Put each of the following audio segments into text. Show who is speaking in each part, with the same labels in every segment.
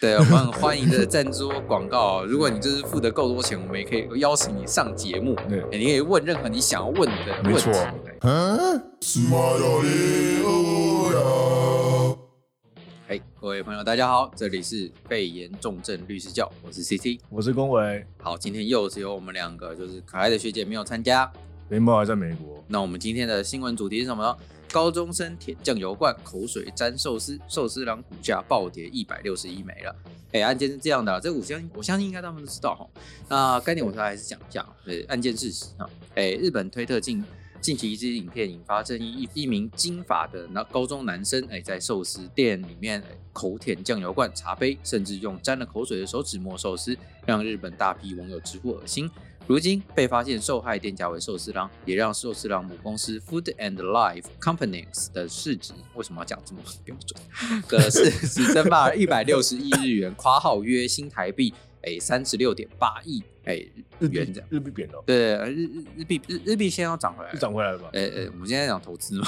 Speaker 1: 对，我们很欢迎的赞助广告。哦如果你就是付的够多钱，我们也可以邀请你上节目。
Speaker 2: 对
Speaker 1: 哎你可以问任何你想要问的问
Speaker 2: 没
Speaker 1: 题
Speaker 2: 错。。
Speaker 1: 哎，各位朋友，大家好，这里是肺炎重症律师教，我是 CT。
Speaker 2: 我是龚维，
Speaker 1: 好，今天又只有我们两个，就是可爱的学姐没有参加。
Speaker 2: 雷猫还在美国。
Speaker 1: 那我们今天的新闻主题是什么呢？高中生舔酱油罐，口水沾寿司，寿司郎股价暴跌一百六十一没了。哎，案件是这样的啊、这个我相信我相信应该他们都知道哈。那概念我还是讲一下啊，呃，案件事实啊。哎，日本推特近近期一支影片引发争议，一一名金发的那高中男生哎，在寿司店里面哎口舔酱油罐、茶杯，甚至用沾了口水的手指摸寿司，让日本大批网友直呼恶心。如今被发现受害店家为寿司郎，也让寿司郎母公司 Food and Life Companies 的市值为什么要讲这么标准？的市值蒸发一百六十亿日元， 括号约新台币哎三十六点八亿哎
Speaker 2: 日
Speaker 1: 元
Speaker 2: 币
Speaker 1: 这样。
Speaker 2: 日币贬了，
Speaker 1: 对，日日日币日日币先要涨回来
Speaker 2: 又，涨回来了吧？
Speaker 1: 呃呃，我们今天讲投资嘛，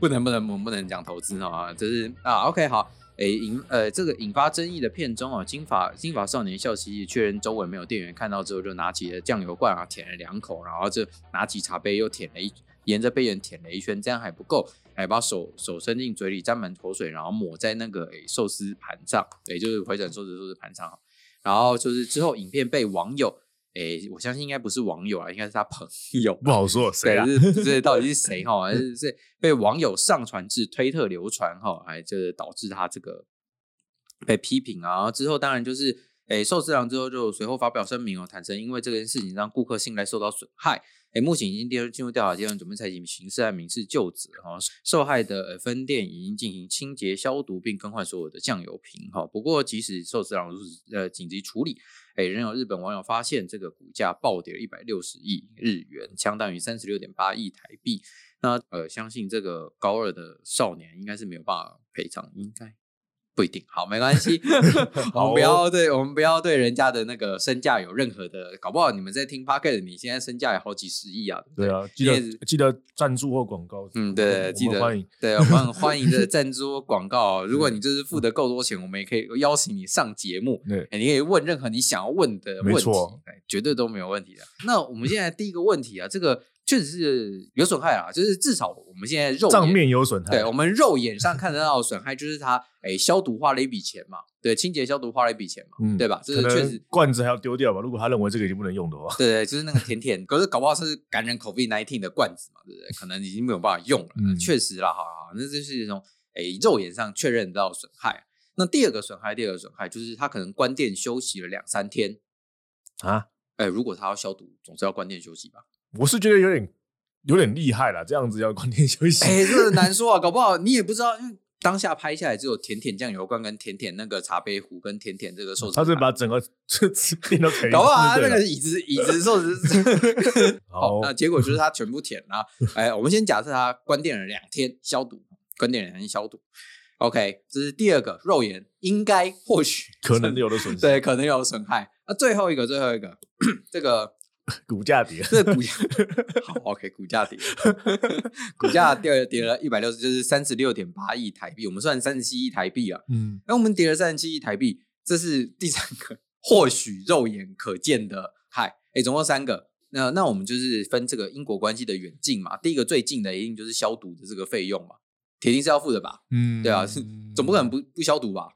Speaker 1: 不能不能我们不能讲投资啊，就是啊，OK 好，诶引呃这个引发争议的片中哦，金发金发少年笑嘻嘻确认周围没有店员，看到之后就拿起了酱油罐啊舔了两口，然后就拿起茶杯又舔了一，沿着杯沿舔了一圈，这样还不够，还把手手伸进嘴里沾满口水，然后抹在那个诶寿司盘上，也就是回转寿司寿司盘上，哦然后就是之后影片被网友。诶，我相信应该不是网友啊，应该是他朋友，
Speaker 2: 不好说，谁啊？
Speaker 1: 对，是不知道底是谁哈，还是是被网友上传至推特流传哈，哎，就是导致他这个被批评啊。之后当然就是，哎，寿司郎之后就随后发表声明哦，坦诚因为这件事情让顾客信赖受到损害。哎，目前已经进入进入调查阶段，准备采取刑事和民事就责哈。受害的呃分店已经进行清洁消毒，并更换所有的酱油瓶哈。不过，即使寿司郎如此呃紧急处理，哎，仍有日本网友发现这个股价暴跌一百六十亿日元，相当于三十六点八亿台币。那呃，相信这个高二的少年应该是没有办法赔偿，应该不一定。好，没关系，我们
Speaker 2: 好哦
Speaker 1: 不要对我们不要对人家的那个身价有任何的，搞不好你们在听 p o c k e t 你现在身价有好几十亿啊，
Speaker 2: 对
Speaker 1: 啊。
Speaker 2: 啊，记
Speaker 1: 因为
Speaker 2: 得记得赞助或广告。
Speaker 1: 嗯，
Speaker 2: 我
Speaker 1: 对，
Speaker 2: 们
Speaker 1: 记得
Speaker 2: 欢迎。
Speaker 1: 对，我们很欢迎 的赞助广告。哦如果你就是付的够多钱，我们也可以邀请你上节目。
Speaker 2: 嗯对，
Speaker 1: 欸你可以问任何你想要问的
Speaker 2: 没
Speaker 1: 问题
Speaker 2: 错，
Speaker 1: 欸绝对都没有问题的。那我们现在第一个问题啊，这个确实是有损害啊，就是至少我们现在肉
Speaker 2: 账
Speaker 1: 眼
Speaker 2: 面有损害。
Speaker 1: 对我们肉眼上看得到的损害，就是它哎、欸消毒花了一笔钱嘛，对，清洁消毒花了一笔钱嘛，
Speaker 2: 嗯
Speaker 1: 对吧？这
Speaker 2: 可
Speaker 1: 是确
Speaker 2: 能
Speaker 1: 实。
Speaker 2: 罐子还要丢掉吧？如果他认为这个已经不能用的话，
Speaker 1: 对对，就是那个甜甜，可是搞不好是感染 COVID nineteen 的罐子嘛，对不对？可能已经没有办法用了。
Speaker 2: 嗯
Speaker 1: 确实啦，好好，好那就是一种诶肉眼上确认得到的损害。那第二个损害，第二个损害就是他可能关店休息了两三天，
Speaker 2: 啊，
Speaker 1: 哎，如果他要消毒，总是要关店休息 吧？
Speaker 2: 我是觉得有点有点厉害啦，这样子要关店休息。
Speaker 1: 哎，这个难说啊，搞不好你也不知道，因为当下拍下来只有甜甜酱油罐、跟甜甜那个茶杯壶、跟甜甜这个寿司
Speaker 2: 哦他
Speaker 1: 盘。
Speaker 2: 是把整个这次店都赔了。
Speaker 1: 搞不好他
Speaker 2: 对
Speaker 1: 那
Speaker 2: 不对
Speaker 1: 个椅子椅子寿司，
Speaker 2: 好
Speaker 1: 那结果就是他全部舔了。哎，我们先假设他关店了两天消毒，关店两天消毒。OK，这是第二个肉眼应该或许
Speaker 2: 可能有的损失，
Speaker 1: 对可能有损害。那最后一个最后一个 这个
Speaker 2: 股价跌。
Speaker 1: 这股价好 OK，股价跌，股价跌跌了一百六十，就是三十六点八亿台币，我们算三十七亿台币啊。
Speaker 2: 嗯，
Speaker 1: 那我们跌了三十七亿台币，这是第三个或许肉眼可见的害。哎，总共三个。那那我们就是分这个因果关系的远近嘛。第一个最近的一定就是消毒的这个费用嘛，铁定是要付的吧？
Speaker 2: 嗯，
Speaker 1: 对啊是 总不可能不不消毒吧？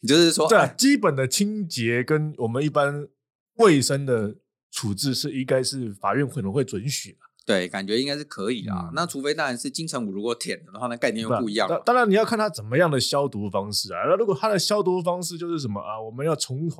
Speaker 1: 你就是说，
Speaker 2: 对啊，基本的清洁跟我们一般卫生的处置是应该是法院可能会准许的，
Speaker 1: 对，感觉应该是可以啦。
Speaker 2: 嗯
Speaker 1: 那除非当然是金城武如果舔了的话，那概念又
Speaker 2: 对啊
Speaker 1: 不一样
Speaker 2: 当
Speaker 1: 了。
Speaker 2: 当然你要看它怎么样的消毒方式啊。那如果它的消毒方式就是什么啊，我们要重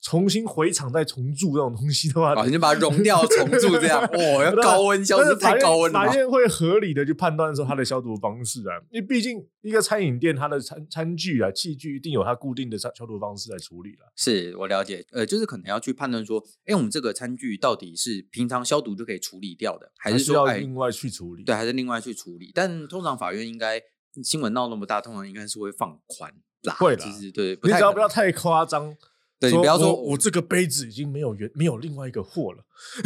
Speaker 2: 重新回厂再重铸那种东西的话，
Speaker 1: 啊，你就把它融掉、重铸这 样，哇，要高温消
Speaker 2: 但
Speaker 1: 毒
Speaker 2: 是啊法
Speaker 1: 太
Speaker 2: 院
Speaker 1: 高温了吧
Speaker 2: 法？院会合理的去判断说它的消毒方式啊，因为毕竟一个餐饮店它的餐餐具啊器具一定有它固定的消消毒方式来处理了、
Speaker 1: 是我了解，呃，就是可能要去判断说，哎，我们这个餐具到底是平常消毒就可以处理掉的，还是
Speaker 2: 需
Speaker 1: 说，
Speaker 2: 要
Speaker 1: 哎，
Speaker 2: 另外去处理。
Speaker 1: 对，还是另外去处理？但通常法院应该新闻闹那么大，通常应该是会放宽啦，
Speaker 2: 会啦
Speaker 1: 其实对，
Speaker 2: 你
Speaker 1: 太
Speaker 2: 只要
Speaker 1: 可
Speaker 2: 不要
Speaker 1: 能
Speaker 2: 太夸张，
Speaker 1: 对，你不要说
Speaker 2: 我我这个杯子已经没有原没有另外一个货了，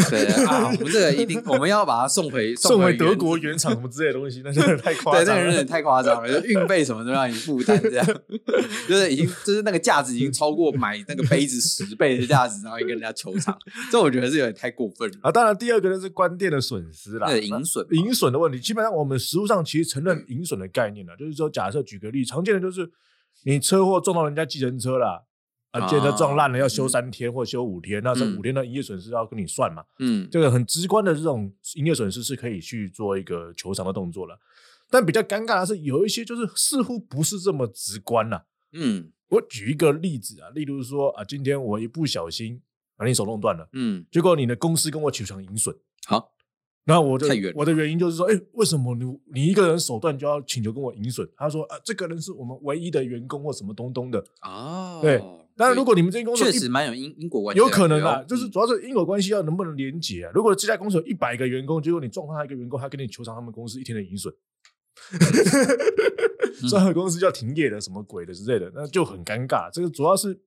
Speaker 1: 对啊，我们这个一定我们要把它送回
Speaker 2: 送回
Speaker 1: 回
Speaker 2: 德
Speaker 1: 原
Speaker 2: 国原厂什么之类的东西，那真的太夸
Speaker 1: 对，那
Speaker 2: 张
Speaker 1: 个人
Speaker 2: 了。
Speaker 1: 也太夸张了，就运费什么都让你负担，这样 就是已经就是那个价值已经超过买那个杯子十倍的价值，然后去跟人家求偿，这我觉得是有点太过分了。
Speaker 2: 啊，当然，第二个就是关店的损失 啦，
Speaker 1: 那银损嘛，
Speaker 2: 盈损的问题，基本上我们实务上其实承认盈损的概念呢、就是说，假设举个例，常见的就是你车祸撞到人家计程车啦，啊，
Speaker 1: 啊
Speaker 2: 计程车撞烂了要休三天或休五天，那这
Speaker 1: 嗯
Speaker 2: 五天的营业损失要跟你算嘛，
Speaker 1: 嗯，
Speaker 2: 这个很直观的这种营业损失是可以去做一个求偿的动作了。但比较尴尬的是，有一些就是似乎不是这么直观呐、
Speaker 1: 嗯
Speaker 2: 我举一个例子啊，例如说啊，今天我一不小心把你手弄断了，
Speaker 1: 嗯，
Speaker 2: 结果你的公司跟我求偿盈损。
Speaker 1: 好，
Speaker 2: 那我的
Speaker 1: 太远了
Speaker 2: 我的原因就是说，哎、为什么你你一个人手段就要请求跟我盈损？他说啊，这个人是我们唯一的员工或什么东东的。
Speaker 1: 哦，
Speaker 2: 对当然，如果你们这间公司有
Speaker 1: 确
Speaker 2: 一
Speaker 1: 实蛮有因因果关系的
Speaker 2: 有
Speaker 1: 感觉
Speaker 2: 可
Speaker 1: 哦，
Speaker 2: 能啊，就是
Speaker 1: 嗯
Speaker 2: 主要是因果关系要能不能连结、啊。如果这家公司有一百个员工，结果你撞到他一个员工，他跟你求偿他们公司一天的盈 损，所以
Speaker 1: 嗯
Speaker 2: 他们公司就要停业了，什么鬼的之类的，那就很尴尬。这个主要是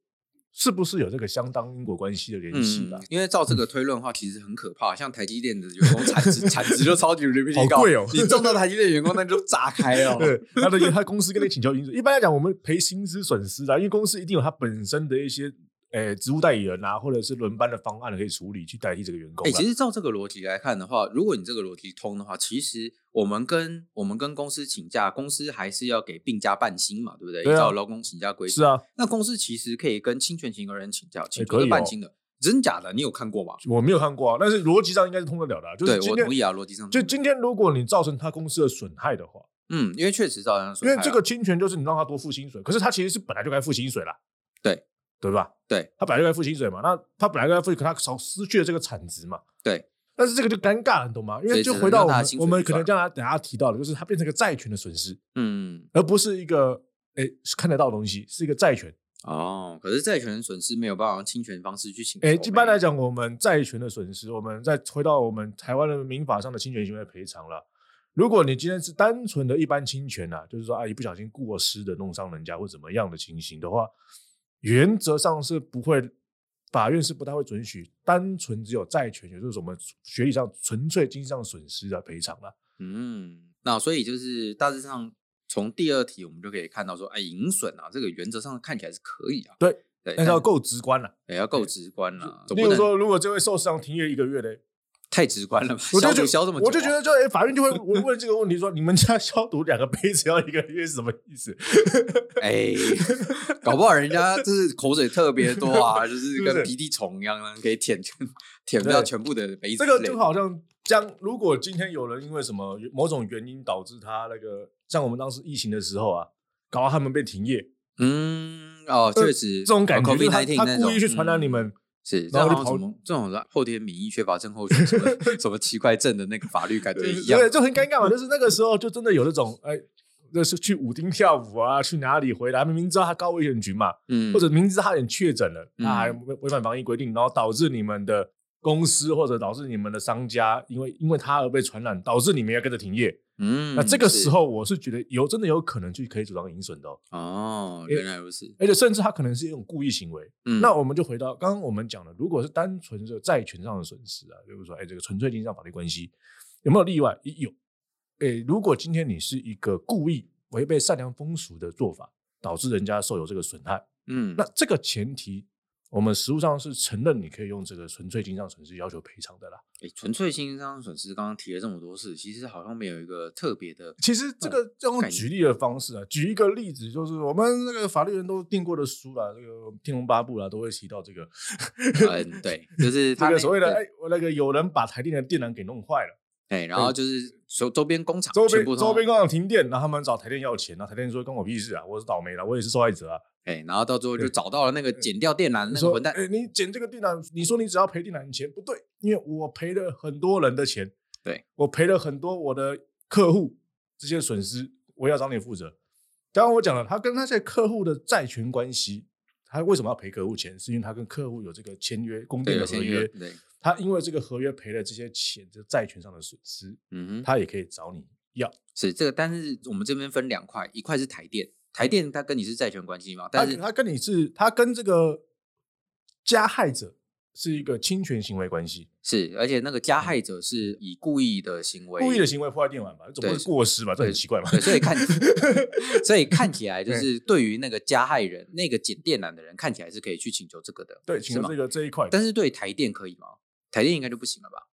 Speaker 2: 是不是有这个相当因果关系的联系吧
Speaker 1: 嗯？，因为照这个推论的话，其实很可怕。像台积电的员工产 值产值就超级无敌
Speaker 2: 好
Speaker 1: 高，
Speaker 2: 贵哦
Speaker 1: 你中到台积电员工，那就炸开哦了。
Speaker 2: 对，他的他公司跟你请求盈损，一般来讲，我们赔薪资损失啦，因为公司一定有他本身的一些诶职务代理人啊，或者是轮班的方案可以处理去代替这个员工
Speaker 1: 哎、
Speaker 2: 啦。
Speaker 1: 其实照这个逻辑来看的话，如果你这个逻辑通的话，其实我们跟我们跟公司请假，公司还是要给病假半薪嘛，对不对？
Speaker 2: 对啊
Speaker 1: 依照劳工请假规定，
Speaker 2: 是啊，
Speaker 1: 那公司其实可以跟侵权行为人请假，请求
Speaker 2: 可
Speaker 1: 是
Speaker 2: 以哦
Speaker 1: 半薪的，真假的？你有看过吗？
Speaker 2: 我没有看过啊，但是逻辑上应该是通得了的啊、就是
Speaker 1: 对，
Speaker 2: 今
Speaker 1: 我
Speaker 2: 天
Speaker 1: 同意啊，逻辑上
Speaker 2: 就
Speaker 1: 同意
Speaker 2: 今天，如果你造成他公司的损害的话，
Speaker 1: 嗯，因为确实造成
Speaker 2: 因
Speaker 1: 损
Speaker 2: 为
Speaker 1: 害
Speaker 2: 这
Speaker 1: 啊
Speaker 2: 个侵权就是你让他多付薪水，可是他其实是本来就该付薪水啦，
Speaker 1: 对
Speaker 2: 对吧？
Speaker 1: 对，
Speaker 2: 他本来就该付薪水嘛，那他本来就该付，可他少失去了这个产值嘛，
Speaker 1: 对。
Speaker 2: 但是这个就尴尬，你懂吗？因
Speaker 1: 所
Speaker 2: 为
Speaker 1: 以
Speaker 2: 就
Speaker 1: 只能
Speaker 2: 回
Speaker 1: 让
Speaker 2: 到我
Speaker 1: 他
Speaker 2: 们
Speaker 1: 的薪水
Speaker 2: 我们
Speaker 1: 去
Speaker 2: 可能
Speaker 1: 算
Speaker 2: 像他等下提到的，就是它变成一个债权的损失，
Speaker 1: 嗯
Speaker 2: 而不是一个诶看得到的东西，是一个债权。
Speaker 1: 哦，可是债权人损失没有办法用侵权方式去请求。
Speaker 2: 诶，一般来，讲，我们债权的损失，我们再回到我们台湾的民法上的侵权行为赔偿了。如果你今天是单纯的一般侵权啊，就是说啊，一不小心过失的弄伤人家或怎么样的情形的话，原则上是不会，法院是不太会准许单纯只有债权，也就是我们学理上纯粹经济上损失的赔偿了。
Speaker 1: 嗯，那所以就是大致上从第二题我们就可以看到说，哎，盈损啊，这个原则上看起来是可以啊。
Speaker 2: 对
Speaker 1: 对，
Speaker 2: 但是要
Speaker 1: 但
Speaker 2: 够直观了、
Speaker 1: 也要够直观啦，总
Speaker 2: 例
Speaker 1: 不
Speaker 2: 如
Speaker 1: 能
Speaker 2: 说，如果这位受伤停业一个月嘞，
Speaker 1: 太直观了吧？
Speaker 2: 我就
Speaker 1: 消
Speaker 2: 觉
Speaker 1: 毒消这么久啊，
Speaker 2: 我就觉得就，哎，法院就会问问这个问题说，你们家 消毒两个杯子要一个月是什么意思？
Speaker 1: 哎，搞不好人家就是口水特别多啊，就是
Speaker 2: 是不
Speaker 1: 跟
Speaker 2: 是
Speaker 1: 鼻涕虫一样啊，可以舔全舔掉
Speaker 2: 对
Speaker 1: 全部的杯子
Speaker 2: 这
Speaker 1: 之类的。
Speaker 2: 个就好像将，如果今天有人因为什么某种原因导致他那个，像我们当时疫情的时候啊，搞到他们被停业，
Speaker 1: 嗯，哦，
Speaker 2: 呃
Speaker 1: 确实
Speaker 2: 这种感觉，
Speaker 1: 哦
Speaker 2: 就是他
Speaker 1: ，COVID-19
Speaker 2: 他
Speaker 1: 那
Speaker 2: 故
Speaker 1: 种
Speaker 2: 意去传染你。
Speaker 1: 嗯
Speaker 2: 们，
Speaker 1: 是，这
Speaker 2: 然后
Speaker 1: 好像
Speaker 2: 就
Speaker 1: 什
Speaker 2: 跑
Speaker 1: 么这种后天免疫缺乏症候群什 么什么奇怪症的那个法律感觉嗯一样，
Speaker 2: 对，就很尴尬嘛。就是那个时候就真的有那种，哎，就是去舞厅跳舞啊，去哪里回来，明明知道他高危险群嘛，
Speaker 1: 嗯，
Speaker 2: 或者明知他人确诊了，
Speaker 1: 嗯
Speaker 2: 他还违违反防疫规定，然后导致你们的公司或者导致你们的商家，因为因为他而被传染，导致你们要跟着停业。
Speaker 1: 嗯，
Speaker 2: 那这个
Speaker 1: 是
Speaker 2: 时候，我是觉得有真的有可能去可以主张盈损的、哦，
Speaker 1: 哦，
Speaker 2: 因为
Speaker 1: 原来如此，
Speaker 2: 而且甚至他可能是一种故意行为。
Speaker 1: 嗯，
Speaker 2: 那我们就回到刚刚我们讲的，如果是单纯的债权上的损失啊，比如说哎这个纯粹经济上法律关系，有没有例外？有。哎，如果今天你是一个故意违背善良风俗的做法，导致人家受有这个损害。
Speaker 1: 嗯，
Speaker 2: 那这个前提，我们实务上是承认你可以用这个纯粹经常损失要求赔偿的啦。
Speaker 1: 诶纯粹性伤损失，刚刚提了这么多事，其实好像没有一个特别 的，
Speaker 2: 其实这个这种举例的方式啊，举一个例子，就是我们那个法律人都订过的书啦，这个《天龙八部》啦，都会提到 这个，
Speaker 1: 嗯，对，就是
Speaker 2: 这
Speaker 1: 他那
Speaker 2: 个所谓的
Speaker 1: 对
Speaker 2: 哎，我那个有人把台电的电缆给弄坏了，
Speaker 1: 哎，然后就是周周边工厂
Speaker 2: 周
Speaker 1: 全
Speaker 2: 边
Speaker 1: 部
Speaker 2: 周
Speaker 1: 通
Speaker 2: 边工厂停电，然后他们找台电要钱，然后台电说关我屁事啊，我是倒霉了，我也是受害者啊。
Speaker 1: 哎，然后到最后就
Speaker 2: 对
Speaker 1: 找到了那个剪掉电缆那个
Speaker 2: 说
Speaker 1: 混蛋，
Speaker 2: 哎，你捡这个电缆，你说你只要赔电缆钱，不对，因为我赔了很多人的钱，
Speaker 1: 对
Speaker 2: 我赔了很多我的客户这些损失，我要找你负责。刚刚我讲了，他跟那些客户的债权关系，他为什么要赔客户钱？是因为他跟客户有这个签约供
Speaker 1: 对，
Speaker 2: 电
Speaker 1: 有
Speaker 2: 的合
Speaker 1: 签约，
Speaker 2: 约，
Speaker 1: 对，
Speaker 2: 他因为这个合约赔了这些钱，这债权上的损失，
Speaker 1: 嗯哼，
Speaker 2: 他也可以找你要。
Speaker 1: 是这个，但是我们这边分两块，一块是台电，台电它跟你是债权关系嘛，但
Speaker 2: 他
Speaker 1: 是
Speaker 2: 他跟你是，他跟这个加害者是一个侵权行为关系，
Speaker 1: 是，而且那个加害者是以故意的行为，
Speaker 2: 嗯故意的行为破坏电玩吧，总不会
Speaker 1: 对
Speaker 2: 是过失吧？这很奇怪嘛。
Speaker 1: 对，所以看，所以看起来就是对于那个加害人、那个剪电缆的人，看起来是可以去请求这个的，
Speaker 2: 对，请
Speaker 1: 是
Speaker 2: 问
Speaker 1: 吗
Speaker 2: 这？个这一块，
Speaker 1: 但是对台电可以吗？台电应该就不行了吧？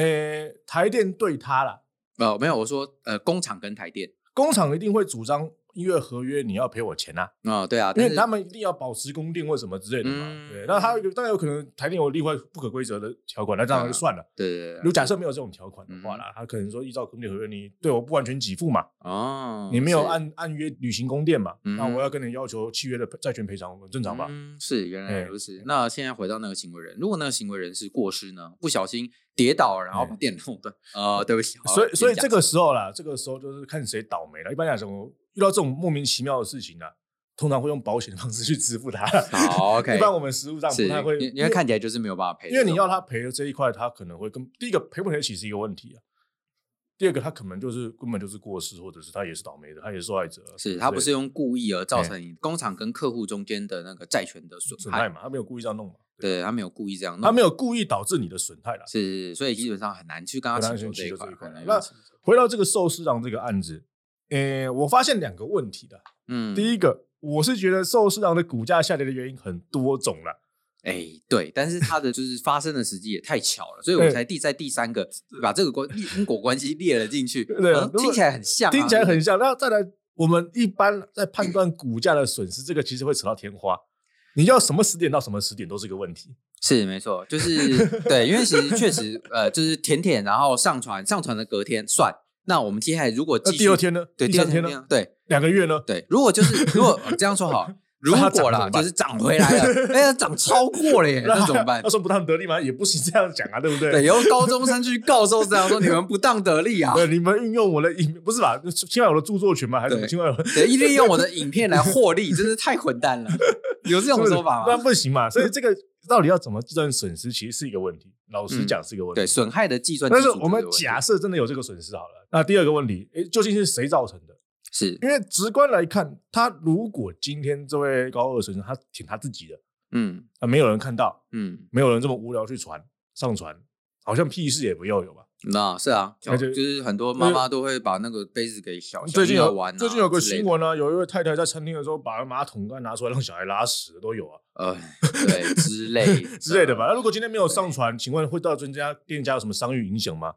Speaker 2: 呃，台电对他啦，
Speaker 1: 呃，没有，我说呃，工厂跟台电
Speaker 2: 工厂一定会主张因为合约你要赔我钱呐、
Speaker 1: 啊、对啊，
Speaker 2: 因
Speaker 1: 但
Speaker 2: 为
Speaker 1: 是
Speaker 2: 他们一定要保持供电或什么之类的嘛。
Speaker 1: 嗯
Speaker 2: 对，那他有当然有可能台电有另外不可规则的条款，那当然就算了。
Speaker 1: 对对对啊嗯
Speaker 2: 如
Speaker 1: 对
Speaker 2: 果假设没有这种条款的话啦，他可能说依照供电合约，你对我不完全给付嘛，
Speaker 1: 哦，
Speaker 2: 你没有
Speaker 1: 是
Speaker 2: 按按约履行供电嘛，
Speaker 1: 嗯
Speaker 2: 那我要跟你要求契约的债权赔偿，很正常吧？
Speaker 1: 嗯，是原来
Speaker 2: 哎
Speaker 1: 如此。那现在回到那个行为人，如果那个行为人是过失呢，不小心跌倒，然后把
Speaker 2: 哎
Speaker 1: 电弄断，呃，对不起，
Speaker 2: 所以所以
Speaker 1: 这
Speaker 2: 这个时候啦，这个时候就是看谁倒霉了。一般来讲，我遇到这种莫名其妙的事情啊，通常会用保险的方式去支付它。
Speaker 1: 好
Speaker 2: 一
Speaker 1: ，OK，
Speaker 2: 般我们实务上
Speaker 1: 是
Speaker 2: 不太会，
Speaker 1: 因为因为看起来就是没有办法赔的
Speaker 2: 因
Speaker 1: 这
Speaker 2: 为
Speaker 1: 种，
Speaker 2: 你要他赔的这一块，他可能会跟第一个赔不赔得起是一个问题啊。第二个，他可能就是根本就是过失，或者是他也是倒霉的，他也是受害者。啊
Speaker 1: 是他不是
Speaker 2: 对
Speaker 1: 用故意而造
Speaker 2: 哎
Speaker 1: 成你工厂跟客户中间的那个债权的损
Speaker 2: 损害
Speaker 1: 害，
Speaker 2: 嘛？他没有故意这样弄嘛？对啊
Speaker 1: 对他没有故意这样弄，
Speaker 2: 他没有故意导致你的损害啦。
Speaker 1: 是是，是所以基本上很难去跟他
Speaker 2: 很难
Speaker 1: 请求
Speaker 2: 去
Speaker 1: 一
Speaker 2: 请求
Speaker 1: 块，
Speaker 2: 这一块
Speaker 1: 很难
Speaker 2: 那
Speaker 1: 去请求
Speaker 2: 回到这个寿司郎这个案子，诶，我发现两个问题的。
Speaker 1: 嗯，
Speaker 2: 第一个，我是觉得寿司郎的股价下跌的原因很多种啦。
Speaker 1: 哎、对，但是他的就是发生的时机也太巧了，所以我
Speaker 2: 对
Speaker 1: 才第在第三个把这个关因果关系列了进去，
Speaker 2: 对
Speaker 1: 嗯
Speaker 2: 啊如果
Speaker 1: 听起来很像、啊，
Speaker 2: 听起来很像。那再来，我们一般在判断股价的损失，这个其实会扯到天花。你要什么时点到什么时点都是个问题。
Speaker 1: 是没错，就是对，因为其实确实呃，就是舔舔，然后上传，上传的隔天算。那我们接下来如果
Speaker 2: 那
Speaker 1: 继续
Speaker 2: 第二天呢？
Speaker 1: 对
Speaker 2: 第
Speaker 1: 第二
Speaker 2: 三
Speaker 1: 天
Speaker 2: 天
Speaker 1: 这样
Speaker 2: 呢？
Speaker 1: 对
Speaker 2: 两个月呢？
Speaker 1: 对，如果就是如果呃这样说好，如果
Speaker 2: 它涨怎
Speaker 1: 啦
Speaker 2: 么
Speaker 1: 就
Speaker 2: 办
Speaker 1: 是涨回来了，哎呀涨超过了耶，那怎么办
Speaker 2: 他？说不当得利吗？也不行这样讲啊，对不对？
Speaker 1: 对，由高中生去告诉这样说你们不当得利啊，
Speaker 2: 对，你们运用我的影，不是吧？侵犯我的著作权吗？还是什么
Speaker 1: 对
Speaker 2: 侵犯我的？
Speaker 1: 对，利用我的影片来获利，真是太混蛋了。有这种说法
Speaker 2: 那
Speaker 1: 吗？
Speaker 2: 不行嘛。所以这个到底要怎么计算损失，其实是一个问题。老实讲，是一个问
Speaker 1: 嗯
Speaker 2: 题。
Speaker 1: 对，损害的计算基
Speaker 2: 但
Speaker 1: 础就
Speaker 2: 是
Speaker 1: 是有
Speaker 2: 我
Speaker 1: 问题，
Speaker 2: 们假设真的有这个损失好了，那第二个问题，诶，究竟是谁造成的？
Speaker 1: 是，
Speaker 2: 因为直观来看，他如果今天这位高二学生他挺他自己的
Speaker 1: 嗯
Speaker 2: 啊，没有人看到，
Speaker 1: 嗯，
Speaker 2: 没有人这么无聊去传上传，好像屁事也不要有吧？
Speaker 1: 那是啊，
Speaker 2: 那就
Speaker 1: 就是很多妈妈都会把那个杯子给小小
Speaker 2: 最近
Speaker 1: 婴儿
Speaker 2: 有、
Speaker 1: 玩啊，
Speaker 2: 最近有个新，闻啊，有一位太太在餐厅的时候把马桶盖拿出来让小孩拉屎的都有啊
Speaker 1: 呃，对之类
Speaker 2: 之类的吧？，那如果今天没有上传，请问会到增加店家有什么商誉影响吗？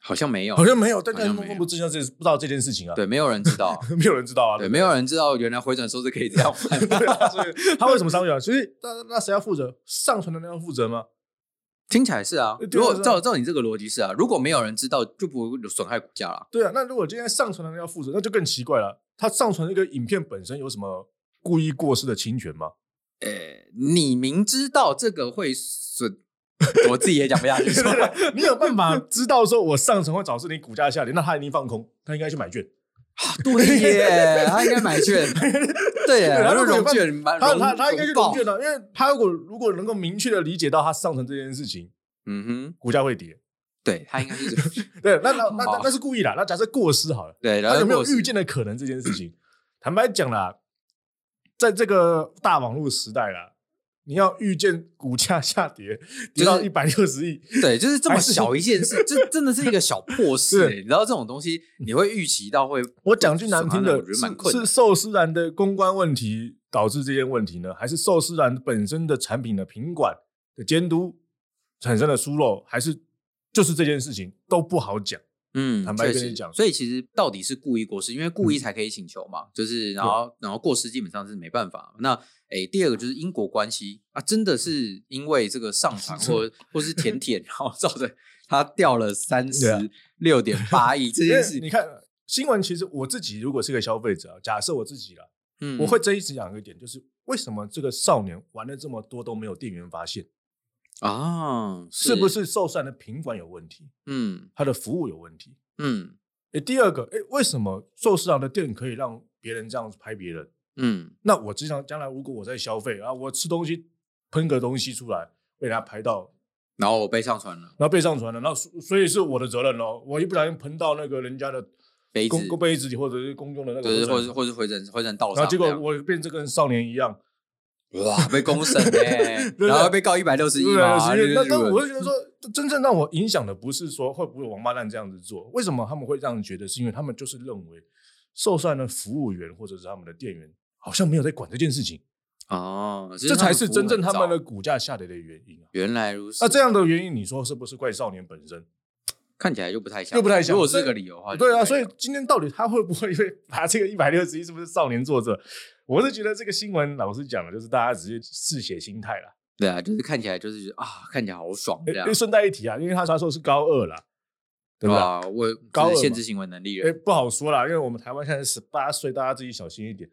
Speaker 1: 好像没有
Speaker 2: 好，像没有，但
Speaker 1: 哦好像
Speaker 2: 但
Speaker 1: 没有
Speaker 2: 他们不知道这不知道这件事情啊，
Speaker 1: 对，没有人知道，
Speaker 2: 没有人知道啊，
Speaker 1: 对，
Speaker 2: 不
Speaker 1: 没有人知道原来回转寿司可以这样
Speaker 2: 对
Speaker 1: 玩，
Speaker 2: 啊所以他为什么商誉啊？所以那那谁要负责？上传的人要负责吗？
Speaker 1: 听起来是啊
Speaker 2: 对。啊
Speaker 1: 如果
Speaker 2: 是啊
Speaker 1: 照照你这个逻辑是啊，如果没有人知道，就不会有损害股价了。
Speaker 2: 对啊，那如果今天上传的人要负责，那就更奇怪了。他上传一个影片本身有什么故意过失的侵权吗？
Speaker 1: 呃，你明知道这个会损， 我自己也讲不下去。 啊
Speaker 2: 对不对？你有办 法知道说我上传会导致你股价下跌，那他一定放空，他应该去买券。
Speaker 1: 对耶，他应该买 券，对耶，
Speaker 2: 对
Speaker 1: 他
Speaker 2: 他
Speaker 1: 说
Speaker 2: 如果有
Speaker 1: 融
Speaker 2: 办
Speaker 1: 券买
Speaker 2: 他
Speaker 1: 融
Speaker 2: 他他应该去
Speaker 1: 融
Speaker 2: 融
Speaker 1: 券，
Speaker 2: 券的，因为他如果如果能够明确的理解到他上传这件事情，
Speaker 1: 嗯哼，
Speaker 2: 股价会跌。
Speaker 1: 对他应该是
Speaker 2: 对，那那那
Speaker 1: 好
Speaker 2: 那那是故意的。那假设过失好了，
Speaker 1: 对，然
Speaker 2: 他
Speaker 1: 后
Speaker 2: 有没有
Speaker 1: 过世
Speaker 2: 预见的可能这件事情？坦白讲啦，在这个大网络时代啦，你要预见股价下跌跌到
Speaker 1: 就
Speaker 2: 一
Speaker 1: 是
Speaker 2: 百六十亿，
Speaker 1: 对，就是这么
Speaker 2: 还是
Speaker 1: 小一件事，这 真的是一个小破事
Speaker 2: 对
Speaker 1: 耶。你知道这种东西，你会预期到会
Speaker 2: 我讲句难听
Speaker 1: 我
Speaker 2: 的
Speaker 1: 觉，得蛮困
Speaker 2: 是
Speaker 1: 难
Speaker 2: 是寿司然的公关问题导致这些问题呢，还是寿司然本身的产品的品管的监督产生了疏漏，还是就是这件事情都不好讲？
Speaker 1: 嗯，
Speaker 2: 坦白
Speaker 1: 确
Speaker 2: 跟你
Speaker 1: 实
Speaker 2: 讲嗯
Speaker 1: 所以其实到底是故意过失，因为故意才可以请求嘛，就是然后然后过失基本上是没办法。那诶，第二个就是因果关系啊，真的是因为这个上传 或或是舔舔，然后造成他掉了三
Speaker 2: 对啊
Speaker 1: 十六点八 亿这
Speaker 2: 因为
Speaker 1: 件事
Speaker 2: 你，看新闻，其实我自己如果是个消费者啊，假设我自己了，
Speaker 1: 嗯
Speaker 2: 我会这一直讲一个点，就是为什么这个少年玩了这么多都没有店员发现，
Speaker 1: 啊，
Speaker 2: 是不？是寿司然的品管有问题，
Speaker 1: 嗯
Speaker 2: 他的服务有问题？
Speaker 1: 嗯
Speaker 2: 诶，第二个，诶，为什么寿司郎的店可以让别人这样拍别人？
Speaker 1: 嗯，
Speaker 2: 那我经常将来如果我在消费啊，我吃东西喷个东西出来被他拍到，
Speaker 1: 然后我被上传了
Speaker 2: 然后被上传了，那所所以是我的责任咯。我一不小心喷到那个人家的
Speaker 1: 杯子，
Speaker 2: 公公杯子里或者是公用的那个
Speaker 1: 就是
Speaker 2: 回收
Speaker 1: 或者或
Speaker 2: 桶，
Speaker 1: 者回人回人道
Speaker 2: 然
Speaker 1: 上
Speaker 2: 后结
Speaker 1: 这样，
Speaker 2: 果我变这跟少年一样，
Speaker 1: 哇，被公 审哎、
Speaker 2: 对
Speaker 1: 然后被告一百六十一
Speaker 2: 对啊
Speaker 1: 嘛，
Speaker 2: 是因为那
Speaker 1: 日嗯
Speaker 2: 但
Speaker 1: 文
Speaker 2: 我就觉得说，真正让我影响的不是说会不会王八蛋这样子做，为什么他们会这样觉得？是因为他们就是认为受伤的服务员或者是他们的店员好像没有在管这件事情，
Speaker 1: 哦，其实
Speaker 2: 这才
Speaker 1: 们
Speaker 2: 是
Speaker 1: 服务
Speaker 2: 真正
Speaker 1: 很
Speaker 2: 他们
Speaker 1: 糟
Speaker 2: 的股价下跌的原因啊。
Speaker 1: 原来如此，
Speaker 2: 那这样的原因，你说是不是怪少年本身？
Speaker 1: 看起来就不太像，
Speaker 2: 又不太像
Speaker 1: 如果
Speaker 2: 所以
Speaker 1: 是个理由的话，
Speaker 2: 对啊，
Speaker 1: 就不
Speaker 2: 所
Speaker 1: 太
Speaker 2: 以
Speaker 1: 像
Speaker 2: 今天到底他会不会因为拿这个一百六十一是不是少年作者？我是觉得这个新闻老实讲了，就是大家只是嗜血心态啦。
Speaker 1: 对啊，就是看起来就是觉得啊，看起来好爽这
Speaker 2: 诶
Speaker 1: 样
Speaker 2: 诶，顺带一提啊，因为他那时候是高二啦，对吧？
Speaker 1: 吧？我
Speaker 2: 高
Speaker 1: 就
Speaker 2: 二
Speaker 1: 是限
Speaker 2: 嘛
Speaker 1: 制行为能力
Speaker 2: 哎、
Speaker 1: 人
Speaker 2: 不好说啦，因为我们台湾现在十八岁，大家自己小心一点。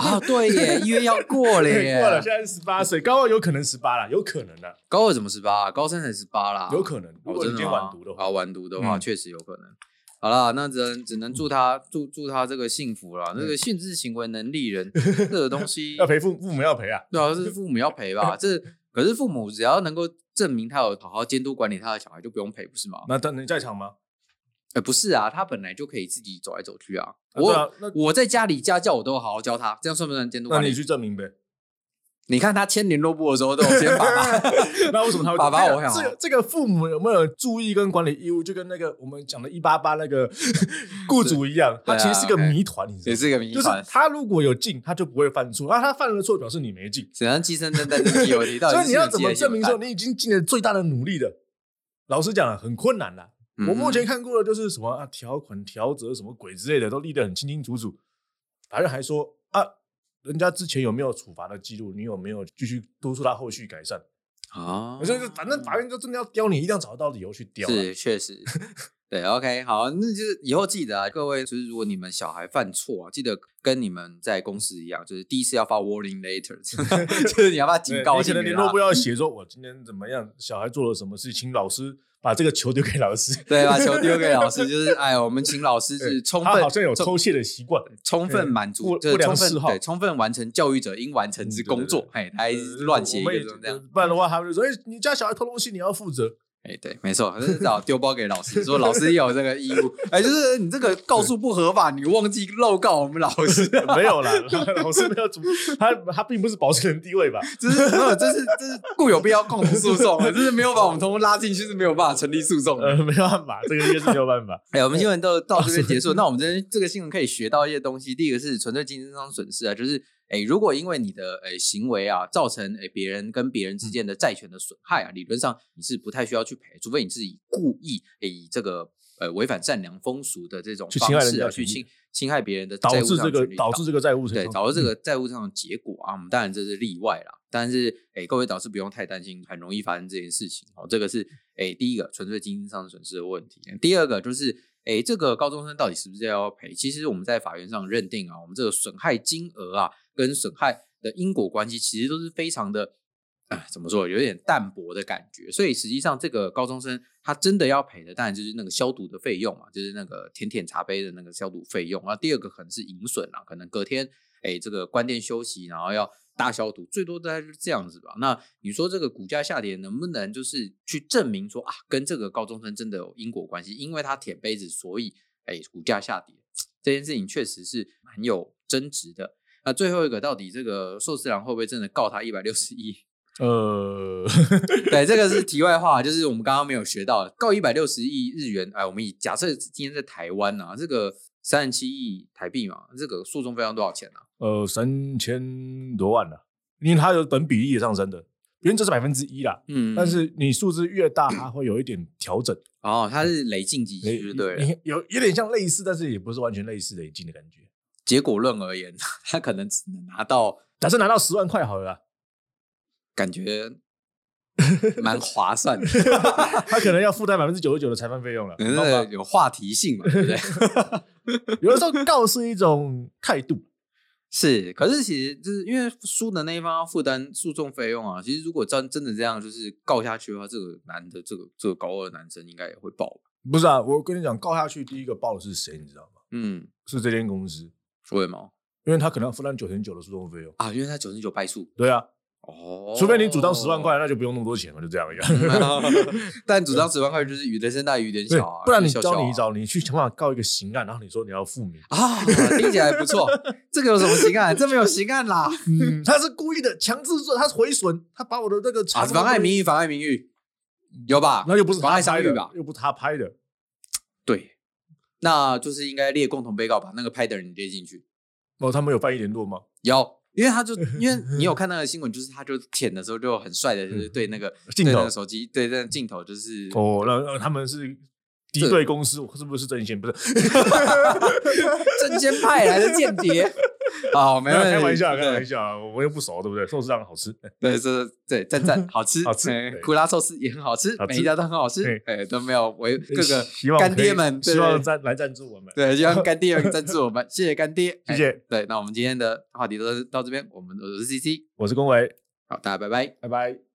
Speaker 1: 啊，对 耶，一月要过了耶，
Speaker 2: 过了，现在是十八岁，高二有可能十八啦，有可能的，
Speaker 1: 高二怎么十八？啊高三才十八啦，
Speaker 2: 有可能。如
Speaker 1: 哦，
Speaker 2: 果你
Speaker 1: 真
Speaker 2: 今
Speaker 1: 的
Speaker 2: 天
Speaker 1: 吗？
Speaker 2: 晚读的话，
Speaker 1: 啊，晚读的话
Speaker 2: 嗯
Speaker 1: 确实有可能。好啦，那只能只能祝他祝祝他这个幸福啦。那个限制行为能力 人这个东西
Speaker 2: 嗯要，赔父父母要赔啊。
Speaker 1: 对啊，是父母要赔
Speaker 2: 嗯
Speaker 1: 吧？这可是父母只要能够证明他有好好监督管理他的小孩，就不用赔，不是吗？
Speaker 2: 那等你在场吗？
Speaker 1: 哎，不是啊，他本来就可以自己走来走去啊。
Speaker 2: 啊
Speaker 1: 我、
Speaker 2: 对啊那
Speaker 1: 我在家里家教我都有好好教他，这样算不算监督
Speaker 2: 那
Speaker 1: 管
Speaker 2: 你
Speaker 1: 理？
Speaker 2: 去证明 呗。
Speaker 1: 你看他牵联络部的时候都有肩膀、啊，
Speaker 2: 那为什么他会
Speaker 1: 爸爸
Speaker 2: 这
Speaker 1: 我
Speaker 2: 个
Speaker 1: 想
Speaker 2: 这个这个父母有没有注意跟管理义务，就跟那个我们讲的“一八八”那个 雇主一样，他
Speaker 1: 对啊
Speaker 2: 其实是个
Speaker 1: OK
Speaker 2: 谜团，你知
Speaker 1: 也
Speaker 2: 道吗？
Speaker 1: 是个谜
Speaker 2: 就是
Speaker 1: 团。
Speaker 2: 他如果有进，他就不会犯错；那他犯了错，表示你没进。
Speaker 1: 只能寄生蛋蛋的有 题，到底
Speaker 2: 所以
Speaker 1: 是
Speaker 2: 你要
Speaker 1: 有
Speaker 2: 怎
Speaker 1: 鸡
Speaker 2: 么
Speaker 1: 还是有
Speaker 2: 证明
Speaker 1: 蛋
Speaker 2: 说你已经尽了最大的努力的？老实讲啊，很困难的。我目前
Speaker 1: 嗯
Speaker 2: 看过的就是什么啊条款、条则什么鬼之类的，都立得很清清楚楚。法院还说啊，人家之前有没有处罚的记录？你有没有继续督促他后续改善？
Speaker 1: 啊，
Speaker 2: 我就是反正法院就真的要刁你，一定要找得到理由去刁啊。
Speaker 1: 是确实。对，OK，好，那就是以后记得啊，各位，就是如果你们小孩犯错啊，记得跟你们在公司一样，就是第一次要发 warning letter，就是 你要发
Speaker 2: 对
Speaker 1: 警告啊
Speaker 2: 你可
Speaker 1: 信
Speaker 2: 能
Speaker 1: 给
Speaker 2: 联
Speaker 1: 他
Speaker 2: 络部要写说，我今天怎么样，小孩做了什么事，请老师把这个球丢给老师。
Speaker 1: 对，把球丢给老 师，就是哎，我们请老师
Speaker 2: 对
Speaker 1: 是 充
Speaker 2: 他
Speaker 1: 分
Speaker 2: 好像有
Speaker 1: 充
Speaker 2: 偷窃的习惯。
Speaker 1: 充分满
Speaker 2: 不
Speaker 1: 足，就是
Speaker 2: 不
Speaker 1: 充
Speaker 2: 良
Speaker 1: 分
Speaker 2: 嗜好嗯
Speaker 1: 对充分完成教育者应完成之工作，哎，
Speaker 2: 呃
Speaker 1: 他还乱写一个这种这样，
Speaker 2: 不然的话他们就说：“哎、你家小孩偷东西，你要负责。
Speaker 1: 哎，对，没错，就是找丢包给老师，说老师也有这个义务，哎，就是你这个告诉不合法，你忘记漏告我们老师，”
Speaker 2: 没有啦， 老师没有主，他他并不是保持人地位吧？
Speaker 1: 这是没有，这是这是固有必要共同诉讼啊的，这是没有把我们通通拉进去是没有办法成立诉讼
Speaker 2: 呃，
Speaker 1: 的。
Speaker 2: 没办法，这个应该是没有办 法。
Speaker 1: 哎，我们新闻都到这边结
Speaker 2: 哦
Speaker 1: 束，那我们这边这个新闻可以学到一些东西。第一个是纯粹经济上损失啊，就是哎，如果因为你的哎行为啊，造成哎别人跟别人之间的债权的损害啊，理论上你是不太需要去赔，除非你是以故意哎以这个。呃，违反善良风俗的这种
Speaker 2: 去侵害
Speaker 1: 方
Speaker 2: 人
Speaker 1: 式
Speaker 2: 家
Speaker 1: 啊，
Speaker 2: 的
Speaker 1: 去
Speaker 2: 权利
Speaker 1: 侵侵害别人的
Speaker 2: 导
Speaker 1: 债务
Speaker 2: 致
Speaker 1: 上
Speaker 2: 这
Speaker 1: 的
Speaker 2: 个
Speaker 1: 权利
Speaker 2: 导致这个债务
Speaker 1: 对，导致这个债务上的结果啊，我们当然这是例外啦。但是，哎、各位导师不用太担心，很容易发生这件事情哦。这个是，哎、第一个纯粹经济上损失的问题。第二个就是，哎、这个高中生到底是不是要赔？其实我们在法院上认定啊，我们这个损害金额啊，跟损害的因果关系，其实都是非常的。啊，怎么说，有点淡薄的感觉，所以实际上这个高中生他真的要赔的，当然就是那个消毒的费用嘛，就是那个舔舔茶杯的那个消毒费用。那第二个可能是饮损啊，可能隔天哎，这个关店休息，然后要大消毒，最多大概就是这样子吧。那你说这个股价下跌能不能就是去证明说啊，跟这个高中生真的有因果关系？因为他舔杯子，所以哎，股价下跌这件事情确实是蛮有争执的。那最后一个，到底这个寿司郎会不会真的告他一百六十亿？
Speaker 2: 呃，
Speaker 1: 对，这个是题外话，就是我们刚刚没有学到的，告一百六十亿日元，哎，我们以假设今天在台湾啊，这个三十七亿台币嘛，这个诉讼费用多少钱啊？
Speaker 2: 呃，三千多万了、因为它有本比例上升的，原则是百分之一啦。
Speaker 1: 嗯，
Speaker 2: 但是你数字越大，它会有一点调整，
Speaker 1: 哦，它 是累进级
Speaker 2: 你
Speaker 1: 数就对了。啊
Speaker 2: 你有有点像类似，但是也不是完全类似累进的感觉。
Speaker 1: 结果论而言， 他可能只能拿到
Speaker 2: 假设拿到十万块好了啦，
Speaker 1: 感觉蛮划算 的，
Speaker 2: 他可能要负担百分之九十九的裁判费用了。
Speaker 1: 可
Speaker 2: 你知道吗
Speaker 1: 能是有话题性嘛，对 不对？
Speaker 2: 有的时候告是一种态度，
Speaker 1: 是，可是其实就是因为输的那一方要负担诉讼费用啊。其实如果真真的这样就是告下去的话，这个男的这个这个高二的男生应该也会爆吧？
Speaker 2: 不是啊？我跟你讲，告下去第一个报的是谁，你知道吗？
Speaker 1: 嗯，
Speaker 2: 是这间公司，
Speaker 1: 为什么
Speaker 2: 因为他可能要负担九千九的诉讼费用。
Speaker 1: 啊？因为他九十九败诉，
Speaker 2: 对啊，
Speaker 1: 哦
Speaker 2: 除非你主张十万块，， 那就不用那么多钱了，就这样一样。
Speaker 1: 但主张十万块就是人生大于有点
Speaker 2: 对
Speaker 1: 小啊，，
Speaker 2: 不然你
Speaker 1: 小小
Speaker 2: 教
Speaker 1: 啊
Speaker 2: 你一招，你去想办法告一个刑案，然后你说你要复民，
Speaker 1: 啊，听起来不错。这个有什么刑案？这没有刑案啦，
Speaker 2: 嗯，他是故意的，强制做，他是毁损，他把我的那个
Speaker 1: 啊，
Speaker 2: 查
Speaker 1: 妨碍名誉，妨碍名誉，有吧？
Speaker 2: 那又不是
Speaker 1: 妨
Speaker 2: 他
Speaker 1: 碍商
Speaker 2: 拍
Speaker 1: 誉
Speaker 2: 的
Speaker 1: 吧？
Speaker 2: 又不是他拍的，
Speaker 1: 对，那就是应该列共同被告，把那个拍的人列进去。
Speaker 2: 哦，他们有翻译联络吗？
Speaker 1: 有，因为他就因为你有看那个新闻，就是他就舔的时候就很帅的，就是
Speaker 2: 嗯
Speaker 1: 对那个
Speaker 2: 镜
Speaker 1: 对那
Speaker 2: 头
Speaker 1: 个手机对那个镜头就是
Speaker 2: 哦，那那他们是敌对公司，是不是阵线？不是，
Speaker 1: 真仙派来的间谍。 好，没
Speaker 2: 没有
Speaker 1: 问题，
Speaker 2: 开玩笑，开
Speaker 1: 对
Speaker 2: 玩笑啊，我又不熟，对不对？寿司让好吃，
Speaker 1: 对，这对赞 赞好吃，
Speaker 2: 好吃
Speaker 1: 哎
Speaker 2: 对
Speaker 1: 苦辣寿司也很好吃
Speaker 2: 好，
Speaker 1: 每
Speaker 2: 吃
Speaker 1: 一家都很好吃
Speaker 2: 对，
Speaker 1: 哎，都没有违各个
Speaker 2: 希望
Speaker 1: 干
Speaker 2: 可以
Speaker 1: 爹们，对
Speaker 2: 希望
Speaker 1: 对
Speaker 2: 赞来赞助我们，
Speaker 1: 对，希望干爹们赞助我 们，谢谢干爹，
Speaker 2: 谢
Speaker 1: 哎。
Speaker 2: 谢，
Speaker 1: 对，那我们今天的话题都到这边，我们我是 C C，
Speaker 2: 我是龚维，
Speaker 1: 好，大家拜拜。
Speaker 2: 拜拜。